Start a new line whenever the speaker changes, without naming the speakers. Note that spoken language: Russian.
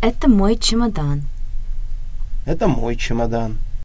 Это мой чемодан.
Это мой чемодан.